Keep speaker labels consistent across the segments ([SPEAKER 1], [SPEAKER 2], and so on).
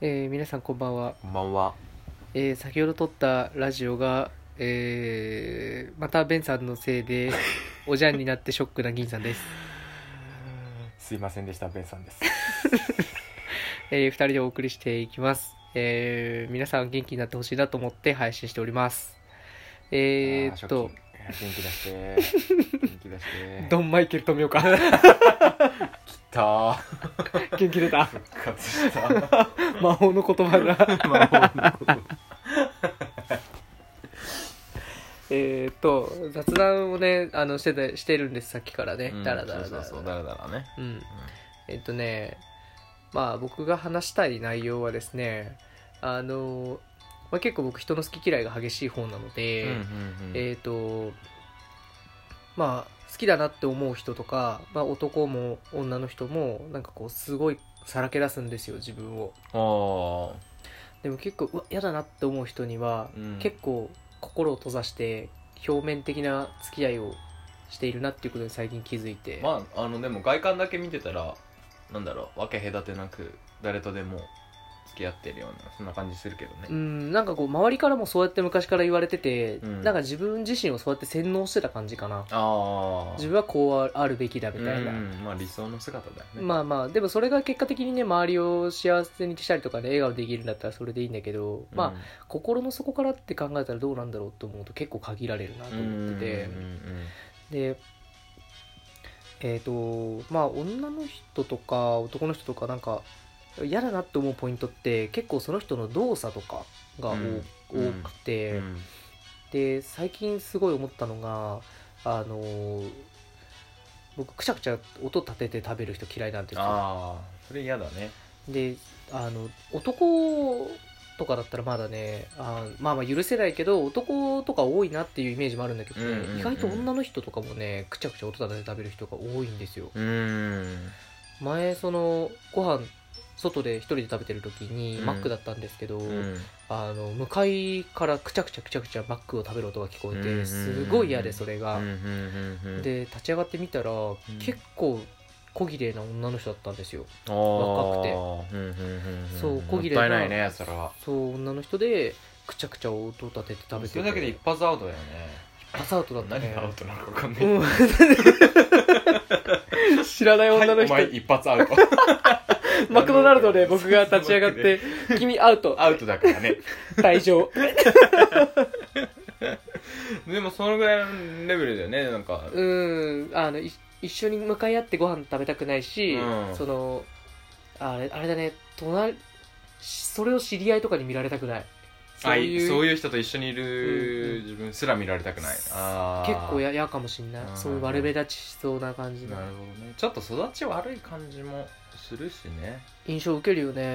[SPEAKER 1] えー皆さんこんばんは、
[SPEAKER 2] こんばんは。
[SPEAKER 1] えー先ほど撮ったラジオが、えーまたベンさんのせい でおじゃんになってショックな銀さんです、
[SPEAKER 2] すいませんでした、ベンさんです。
[SPEAKER 1] え2人でお送りしていきます、えー皆さん元気になってほしいなと思って配信しておりますえーっと
[SPEAKER 2] あー。初期 元気出して。元気出して。
[SPEAKER 1] ドンマイケル富 岡
[SPEAKER 2] 来たー。
[SPEAKER 1] 元気出た
[SPEAKER 2] 復活 した。
[SPEAKER 1] 魔法の言葉が
[SPEAKER 2] 魔法の
[SPEAKER 1] えーっと雑談をねあのしてたしてるんですさっきからねダラダラダ
[SPEAKER 2] そう
[SPEAKER 1] ラ
[SPEAKER 2] そうそう、
[SPEAKER 1] ダ
[SPEAKER 2] だ
[SPEAKER 1] ラ
[SPEAKER 2] らだらね。
[SPEAKER 1] うんえっとねまあ僕が話したい内容はですねあの、まあ、結構僕人の好き嫌いが激しい方なの
[SPEAKER 2] う
[SPEAKER 1] で、
[SPEAKER 2] んうんうん
[SPEAKER 1] えっとまあ好きだなって思う人とか、まあ、男も女の人もなんかこうすごいさらけ出すんですよ自分を
[SPEAKER 2] おー
[SPEAKER 1] でも結構うわ嫌だなって思う人には、
[SPEAKER 2] うん
[SPEAKER 1] 結構心を閉ざして表面的な付き合いをしているなっていうことに最近気づいて、
[SPEAKER 2] まあ、あの、でも外観だけ見てたら、なんだろう、分け隔てなく、誰とでも付き合ってるような、そんな感じするけど
[SPEAKER 1] う
[SPEAKER 2] ね。
[SPEAKER 1] ん、なんかこう周りからもそうやって昔から言われてて、
[SPEAKER 2] うん
[SPEAKER 1] なんか自分自身をそうやって洗脳してた感じかな
[SPEAKER 2] ああ。
[SPEAKER 1] 自分はこうあるべきだみたいな、
[SPEAKER 2] うんまあ理想の姿だよね。
[SPEAKER 1] まあまあでもそれが結果的にね周りを幸せにしたりとかね笑顔できるんだったらそれでいいんだけど、まあ
[SPEAKER 2] あ、
[SPEAKER 1] 心の底からって考えたらどうなんだろうと思うと結構限られるなと
[SPEAKER 2] うん
[SPEAKER 1] 思ってて、
[SPEAKER 2] うんうんうん
[SPEAKER 1] でえっ、とまあ女の人とか男の人とかなんか嫌だなって思うポイントって結構その人の動作とかが多,、
[SPEAKER 2] うん
[SPEAKER 1] 多くて、
[SPEAKER 2] うんうん
[SPEAKER 1] で最近すごい思ったのがあのー僕くしゃくしゃ音立てて食べる人嫌いなんですよ
[SPEAKER 2] ああそれ嫌だね
[SPEAKER 1] であの男とかだったらまだねあまあまあ許せないけど男とか多いなっていうイメージもあるんだけどね、
[SPEAKER 2] うんうんうん
[SPEAKER 1] 意外と女の人とかもねくちゃくちゃ音立てて食べる人が多いんですよ
[SPEAKER 2] うーん
[SPEAKER 1] 前そのご飯外で一人で食べてる時に、
[SPEAKER 2] うん
[SPEAKER 1] マックだったんですけど、
[SPEAKER 2] うん
[SPEAKER 1] あの向かいからくちゃくちゃくちゃくちゃマックを食べる音が聞こえて、
[SPEAKER 2] うんうんうん
[SPEAKER 1] すごい嫌でそれが、
[SPEAKER 2] うんうんうんうん
[SPEAKER 1] で立ち上がってみたら、
[SPEAKER 2] ん
[SPEAKER 1] 結構小綺麗な女の人だったんですよ
[SPEAKER 2] あー
[SPEAKER 1] 若くて
[SPEAKER 2] うんうんうんん
[SPEAKER 1] そう小切れ
[SPEAKER 2] も
[SPEAKER 1] が
[SPEAKER 2] ったいないねそれは
[SPEAKER 1] そう女の人でくちゃくちゃ音立てて食べてて
[SPEAKER 2] それだけで一発アウトだよね
[SPEAKER 1] パスアウトだった
[SPEAKER 2] 何
[SPEAKER 1] ね
[SPEAKER 2] がアウトなのか分かんない、
[SPEAKER 1] うん 知らない女の人、
[SPEAKER 2] はい、お前一発アウト
[SPEAKER 1] マクドナルドで僕が立ち上が って「君アウト
[SPEAKER 2] アウトだからね
[SPEAKER 1] 退場
[SPEAKER 2] でもそのぐらいのレベルだよねなんか」
[SPEAKER 1] うんあのい一緒に向かい合ってご飯食べたくないし、
[SPEAKER 2] うん
[SPEAKER 1] そのあれあれだね隣それを知り合いとかに見られたくない
[SPEAKER 2] あいそう
[SPEAKER 1] う
[SPEAKER 2] いう人と一緒にいる自分すら見られたくない、あー
[SPEAKER 1] 結構ややかもしんない
[SPEAKER 2] うん
[SPEAKER 1] そういう悪目立ちしそうな感じの
[SPEAKER 2] なるほどねちょっと育ち悪い感じもするしね
[SPEAKER 1] 印象受けるよね
[SPEAKER 2] う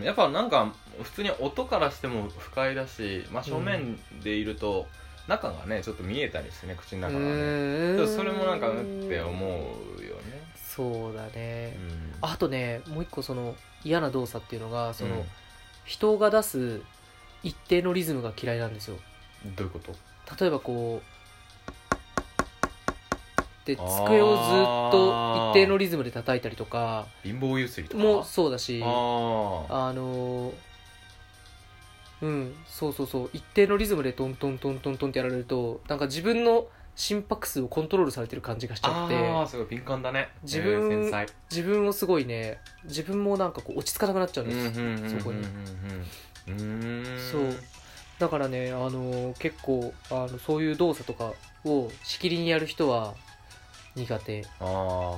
[SPEAKER 2] ん、やっぱなんか普通に音からしても不快だし、まあ、正面でいると中がねちょっと見えたりしてね口の
[SPEAKER 1] う
[SPEAKER 2] 中がね
[SPEAKER 1] ー
[SPEAKER 2] で
[SPEAKER 1] ん
[SPEAKER 2] もそれもなんかうんって思うよね、
[SPEAKER 1] そうだ
[SPEAKER 2] う
[SPEAKER 1] ね、
[SPEAKER 2] ん、
[SPEAKER 1] あとねもう一個その嫌な動作っていうのがその、
[SPEAKER 2] うん
[SPEAKER 1] 人が出す一定のリズムが嫌いなんですよ
[SPEAKER 2] どういうこと
[SPEAKER 1] 例えばこうで机をずっと一定のリズムで叩いたりとか
[SPEAKER 2] 貧乏ゆすりとか
[SPEAKER 1] もそうだし
[SPEAKER 2] あ
[SPEAKER 1] あのーうんそうそうそう一定のリズムでトントントントントンってやられるとなんか自分の心拍数をコントロールされてる感じがしち
[SPEAKER 2] あ
[SPEAKER 1] ゃっ
[SPEAKER 2] あー
[SPEAKER 1] て
[SPEAKER 2] すごい敏感だね
[SPEAKER 1] 自分
[SPEAKER 2] えー繊細
[SPEAKER 1] 自分をすごいね自分もなんかこう落ち着かなくなっちゃうん
[SPEAKER 2] うん
[SPEAKER 1] です、
[SPEAKER 2] うんうんうんうん
[SPEAKER 1] そこに
[SPEAKER 2] うんうん
[SPEAKER 1] そうだからね、あのー結構あのそういう動作とかをしきりにやる人は苦手
[SPEAKER 2] ああ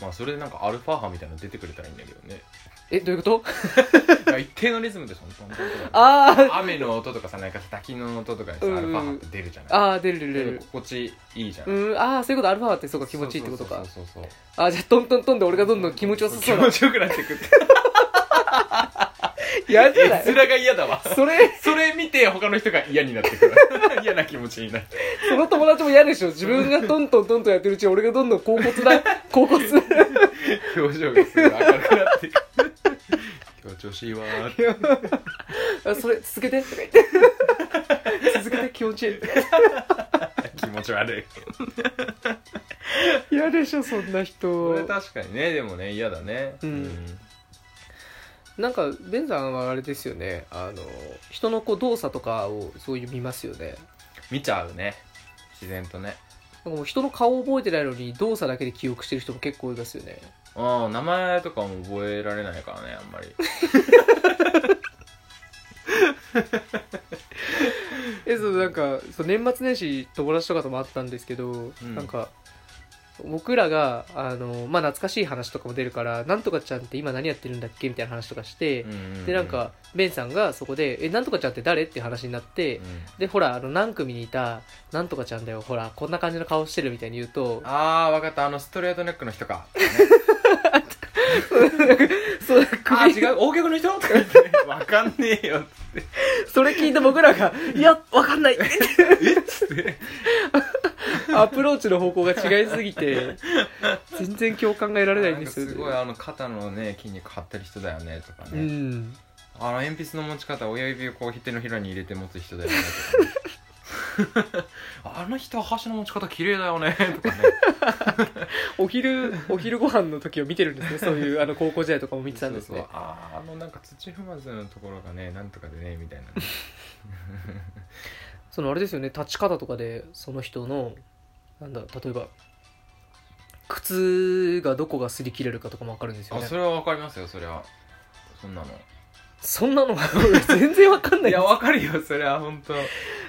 [SPEAKER 2] まあそれでなんかアルファ波みたいなの出てくれたらいいんだけどね
[SPEAKER 1] えどういうこと
[SPEAKER 2] いや一定のリズムでそんなことない
[SPEAKER 1] あ
[SPEAKER 2] 雨の音とかさなんかさ滝の音とかにさ、
[SPEAKER 1] うん
[SPEAKER 2] アルファ波って出るじゃない
[SPEAKER 1] あああ出る出る出
[SPEAKER 2] で
[SPEAKER 1] る
[SPEAKER 2] 心地いいじゃん、
[SPEAKER 1] うんああそういうことアルファってそうか気持ちいいってことか
[SPEAKER 2] そうそうそうそう
[SPEAKER 1] あーじゃあトントントンで俺がどんどん気持ちよさそう
[SPEAKER 2] 気
[SPEAKER 1] な
[SPEAKER 2] 持ちよくなってくって
[SPEAKER 1] やじゃな
[SPEAKER 2] 絵
[SPEAKER 1] い
[SPEAKER 2] 面が嫌だわ
[SPEAKER 1] それ
[SPEAKER 2] それ見て他の人が嫌になってくる 嫌な気持ちになる
[SPEAKER 1] その友達も嫌でしょ自分がトントントントンやってるうちに俺がどんどん高骨 だ高骨
[SPEAKER 2] 表情がすごい明るくなってく る今日調子いいわーって
[SPEAKER 1] あそれ続 けてとか言って続けて気持ちいい
[SPEAKER 2] 気持ち悪い
[SPEAKER 1] 嫌でしょそんな
[SPEAKER 2] こ
[SPEAKER 1] 人
[SPEAKER 2] れ確かにねでもね嫌だね
[SPEAKER 1] うんなんかベンさんはあれですよねあの人のこう動作とかをそういう見ますよね
[SPEAKER 2] 見ちゃうね自然とね
[SPEAKER 1] なんかもう人の顔覚えてないのに動作だけで記憶してる人も結構いますよね
[SPEAKER 2] ああ名前とかも覚えられないからねあんまり
[SPEAKER 1] えそうなんかそう年末年始友達とかともあったんですけど、
[SPEAKER 2] うん
[SPEAKER 1] なんか僕らがあの、まあ、懐かしい話とかも出るから「なんとかちゃんって今何やってるんだっけ?」みたいな話とかして、
[SPEAKER 2] うんうんうん
[SPEAKER 1] でなんかベンさんがそこで「えなんとかちゃんって誰?」っていう話になって、
[SPEAKER 2] うん
[SPEAKER 1] でほらあの何組にいたなんとかちゃんだよほらこんな感じの顔してるみたいに言うと
[SPEAKER 2] ああわかったあのストレートネックの人 か
[SPEAKER 1] そう
[SPEAKER 2] あ
[SPEAKER 1] 首
[SPEAKER 2] ー違う大曲の人とか言ってわかんねえよ
[SPEAKER 1] それ聞いた僕らが「いやわかんない」
[SPEAKER 2] えっ つって
[SPEAKER 1] アプローチの方向が違いすぎて全然共感が得られないんですよ
[SPEAKER 2] なんかすごいあの肩のね筋肉張ってる人だよねとか
[SPEAKER 1] う
[SPEAKER 2] ね、
[SPEAKER 1] ん
[SPEAKER 2] あの鉛筆の持ち方親指をこう手のひらに入れて持つ人だよね とかねあの人は箸の持ち方綺麗だよねとかね
[SPEAKER 1] お昼お昼ご飯の時を見てるんですねそういうあの高校時代とかも見てたんです
[SPEAKER 2] そう
[SPEAKER 1] ね
[SPEAKER 2] そうあーあのなんか土踏まずのところがねなんとかでねみたいなね
[SPEAKER 1] そのあれですよね立ち方とかでその人のなんだ例えば靴がどこが擦り切れるかとかも分かるんですよ
[SPEAKER 2] あ
[SPEAKER 1] ね
[SPEAKER 2] それはわかりますよそれはそんなの
[SPEAKER 1] そんなの俺全然分かんないい
[SPEAKER 2] やわかるよそれは本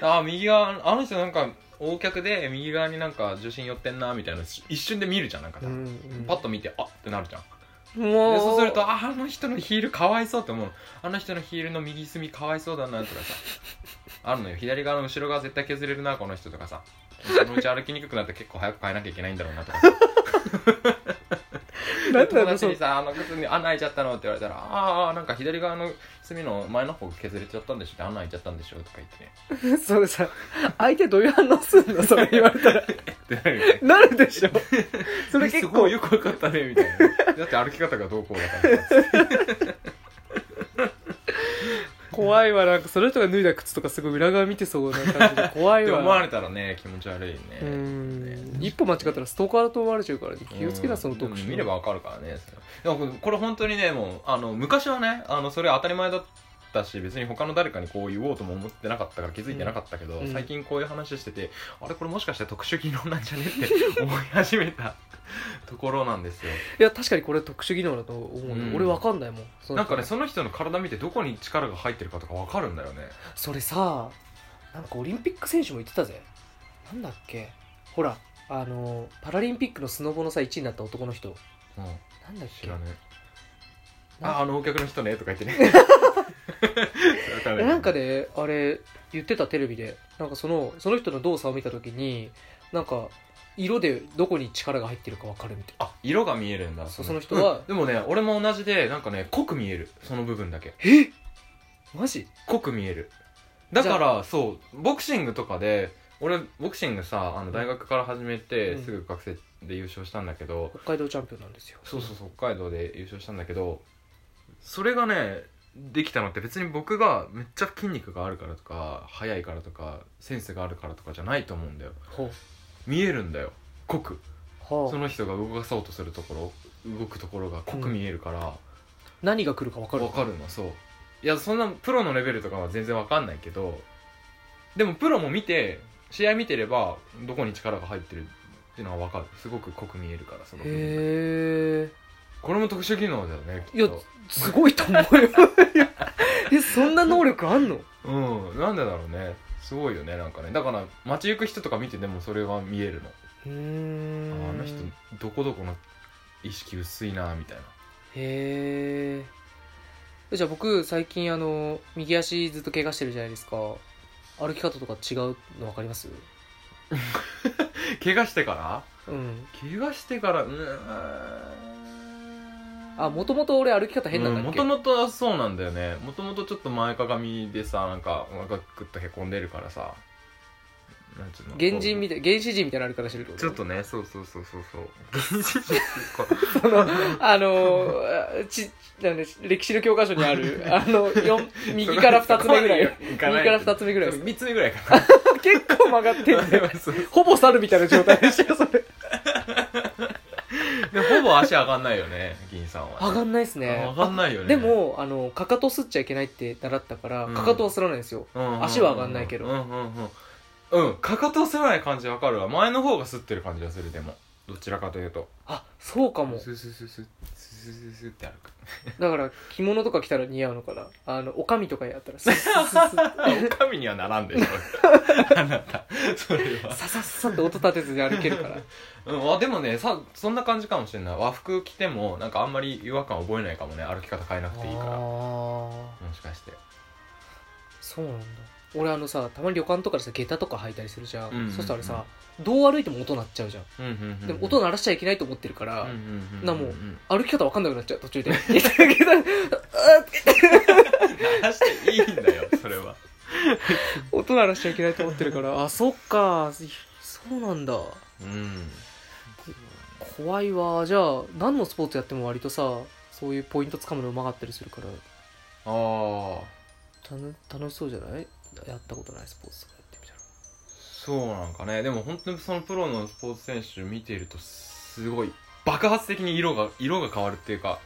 [SPEAKER 2] 当あー右側あの人なんか横客で右側になんか女心寄ってんなみたいな一瞬で見るじゃんなんか
[SPEAKER 1] う
[SPEAKER 2] さ、
[SPEAKER 1] んうん
[SPEAKER 2] パッと見てあってなるじゃん
[SPEAKER 1] も
[SPEAKER 2] でそうするとああの人のヒールかわいそうって思うのあの人のヒールの右隅かわいそうだなとかさあるのよ左側の後ろ側絶対削れるなこの人とかさそのうち歩きにくくなって結構早く変えなきゃいけないんだろうなとかさ
[SPEAKER 1] なんだ
[SPEAKER 2] 友
[SPEAKER 1] ろう
[SPEAKER 2] 達
[SPEAKER 1] そ
[SPEAKER 2] に
[SPEAKER 1] う
[SPEAKER 2] さ「あの靴に穴開いちゃったの?」って言われたら「あーあーなんか左側の隅の前の方削れちゃったんでしょ」って穴開いちゃったんでしょとか言って ね
[SPEAKER 1] それさ相手どういう反応するのそれ言われたら
[SPEAKER 2] ってなるよね
[SPEAKER 1] なるでしょそれ
[SPEAKER 2] えす
[SPEAKER 1] 結
[SPEAKER 2] ご
[SPEAKER 1] 構
[SPEAKER 2] いよくわかったねみたいな だって歩き方がどうこうだからさ
[SPEAKER 1] 怖いわなんかその人が脱いだ靴とかすごい裏側見てそうな感じ で怖
[SPEAKER 2] っ
[SPEAKER 1] い
[SPEAKER 2] て
[SPEAKER 1] わ
[SPEAKER 2] 思われたらね気持ち悪いよね
[SPEAKER 1] うん一歩間違ったらストーカーだと思われちゃうからね気をつけなその特
[SPEAKER 2] で
[SPEAKER 1] 殊
[SPEAKER 2] も見ればわかるからねでもこれ本当にねもうあの昔はねあのそれ当たり前だったし別に他の誰かにこう言おうとも思ってなかったから気づいてなかったけど、
[SPEAKER 1] うん
[SPEAKER 2] 最近こういう話しててあれこれもしかして特殊技能なんじゃねって 思い始めた ところなんですよ
[SPEAKER 1] いや確かにこれ特殊技能だと思うよ、
[SPEAKER 2] うん
[SPEAKER 1] 俺わかんないもんその
[SPEAKER 2] なんかねその人の体見てどこに力が入ってるかとかわかるんだよね
[SPEAKER 1] それさなんかオリンピック選手も言ってたぜなんだっけほらあのパラリンピックのスノボのさ1位になった男の人
[SPEAKER 2] うん
[SPEAKER 1] なんだっ
[SPEAKER 2] 知
[SPEAKER 1] け
[SPEAKER 2] らねえ
[SPEAKER 1] な
[SPEAKER 2] ああのお客の人ねとか言ってねわか ん
[SPEAKER 1] えなんかねあれ言ってたテレビでなんかそのその人の動作を見た時になんか色でどこに力が入ってるかわかるみたい
[SPEAKER 2] あ色が見えるんだ
[SPEAKER 1] そうその人は
[SPEAKER 2] うんでもね俺も同じでなんかね濃く見えるその部分だけ
[SPEAKER 1] なマジ
[SPEAKER 2] 濃く見えるだからそうボクシングとかで俺ボクシングさあの大学から始めて、
[SPEAKER 1] うん
[SPEAKER 2] すぐ学生で優勝したんだけど、
[SPEAKER 1] 北海道チャンピオンなんですよ
[SPEAKER 2] そうそうそう北海道で優勝したんだけどそれがねできたのって別に僕がめっちゃ筋肉があるからとか速いからとかセンスがあるからとかじゃないと思うんだよ
[SPEAKER 1] ほ
[SPEAKER 2] 見えるんだよ濃く
[SPEAKER 1] うはあ
[SPEAKER 2] その人が動かそうとするところ動くところが濃く見えるから、
[SPEAKER 1] 何が来るか分かる
[SPEAKER 2] わかるのそういやそんなプロのレベルとかは全然わかんないけどでもプロも見て試合見てればどこに力が入ってるっていうのはわかるすごく濃く見えるからその部分が
[SPEAKER 1] へ
[SPEAKER 2] これも特殊技能だよね
[SPEAKER 1] えい
[SPEAKER 2] き
[SPEAKER 1] や
[SPEAKER 2] っと
[SPEAKER 1] すごいと 思うよいやえそんな能力あんの
[SPEAKER 2] うんなんでだろうねすごいよねなんかねだから街行く人とか見てでもそれは見えるの
[SPEAKER 1] うー
[SPEAKER 2] あ
[SPEAKER 1] ん
[SPEAKER 2] あの人どこどこの意識薄いなみたいな
[SPEAKER 1] へえじゃあ僕最近あの右足ずっと怪我してるじゃないですか歩き方とか違うの分かります
[SPEAKER 2] 怪我してから
[SPEAKER 1] うん
[SPEAKER 2] 怪我してからうーん
[SPEAKER 1] あもともと俺歩き方変なんだっけ、
[SPEAKER 2] もともとそうなんだよねもともとちょっと前かがみでさなんかお腹グッとへこんでるからさなんつうの
[SPEAKER 1] 原人み
[SPEAKER 2] たい
[SPEAKER 1] たい原始人みたいな歩き方してるってこと
[SPEAKER 2] ちょっとねそうそうそうそう そう原人って
[SPEAKER 1] その あのちなんで歴史の教科書にあ るあのよん右から2つ目ぐらい
[SPEAKER 2] 右
[SPEAKER 1] 右から2つ目ぐらい
[SPEAKER 2] 3つ目ぐらいかな
[SPEAKER 1] 結 構曲がってんだよ
[SPEAKER 2] そう
[SPEAKER 1] ほぼ猿みたいな状態でしたよ、それ。
[SPEAKER 2] でほぼ足上がんないよね銀さんは、
[SPEAKER 1] 上がんないですね
[SPEAKER 2] 上がんないよね
[SPEAKER 1] でもあのかかとすっちゃいけないって習ったから
[SPEAKER 2] うん
[SPEAKER 1] かかとはすらないんですよ、
[SPEAKER 2] うんうんうんうん
[SPEAKER 1] 足は上がんないけど
[SPEAKER 2] うんうんうんうんかかとをすらない感じわかるわ前の方がすってる感じがするでもどちらかというと
[SPEAKER 1] あそうかも
[SPEAKER 2] スースースースースースースーって歩く
[SPEAKER 1] だから着物とか着たら似合うのかなあのおかみとかやったらスッスッスッスッ
[SPEAKER 2] おかみにはならんでしょあなたそれは
[SPEAKER 1] ササッサって音立てずに歩ける から
[SPEAKER 2] うんあでもねさそんな感じかもしれない和服着てもなんかあんまり違和感覚えないかもね歩き方変えなくていいから
[SPEAKER 1] あ
[SPEAKER 2] も
[SPEAKER 1] ー
[SPEAKER 2] しかして
[SPEAKER 1] そうなんだ俺あのさたまに旅館とかでさ下駄とか履いたりするじゃん,、
[SPEAKER 2] うんうんうん
[SPEAKER 1] そしたらさどう歩いても音鳴っちゃうじゃん、
[SPEAKER 2] うんうんうんうん
[SPEAKER 1] でも音鳴らしちゃいけないと思ってるから、
[SPEAKER 2] うんうんうんうん
[SPEAKER 1] なもう
[SPEAKER 2] うん
[SPEAKER 1] 歩き方わかんなくなっちゃう途中 で下駄下駄あ
[SPEAKER 2] 鳴らしていいんだよそれは
[SPEAKER 1] 音鳴らしちゃいけないと思ってるからあそっかそうなんだ
[SPEAKER 2] うん
[SPEAKER 1] 怖いわじゃあ何のスポーツやっても割とさそういうポイントつかむのうまかったりするから
[SPEAKER 2] ああ
[SPEAKER 1] たの楽しそうじゃないやったことないスポーツとかやってみたら
[SPEAKER 2] そうなんかねでも本当にそのプロのスポーツ選手見ているとすごい爆発的に色が色が変わるっていうか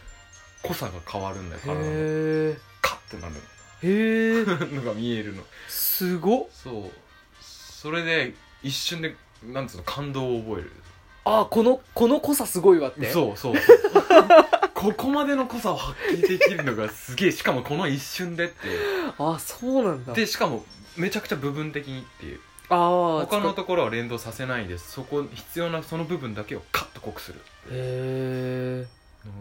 [SPEAKER 2] 濃さが変わるんだよ体の
[SPEAKER 1] へ
[SPEAKER 2] カッてなる
[SPEAKER 1] えへえ
[SPEAKER 2] のが見えるの
[SPEAKER 1] すごっ
[SPEAKER 2] そうそれで一瞬でなんつうの感動を覚える
[SPEAKER 1] あこのこの濃さすごいわって
[SPEAKER 2] そう そうそうここまでの濃さを発揮できるのがすげえしかもこの一瞬でっていう
[SPEAKER 1] あそうなんだ
[SPEAKER 2] でしかもめちゃくちゃ部分的にっていう
[SPEAKER 1] あー
[SPEAKER 2] 他
[SPEAKER 1] つ
[SPEAKER 2] の
[SPEAKER 1] か
[SPEAKER 2] ところは連動させないでそこ必要なその部分だけをカッと濃くする
[SPEAKER 1] へえ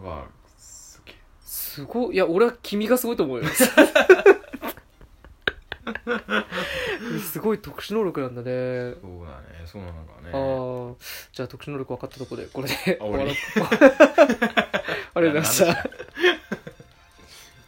[SPEAKER 2] のがすげえ
[SPEAKER 1] すごいいや俺は君がすごいと思うよすごい特殊能力なんだね
[SPEAKER 2] そうだねそうなのかね
[SPEAKER 1] あー じゃあ特殊能力分かったところでこれで
[SPEAKER 2] あ終わり
[SPEAKER 1] 終わろうありがとうございました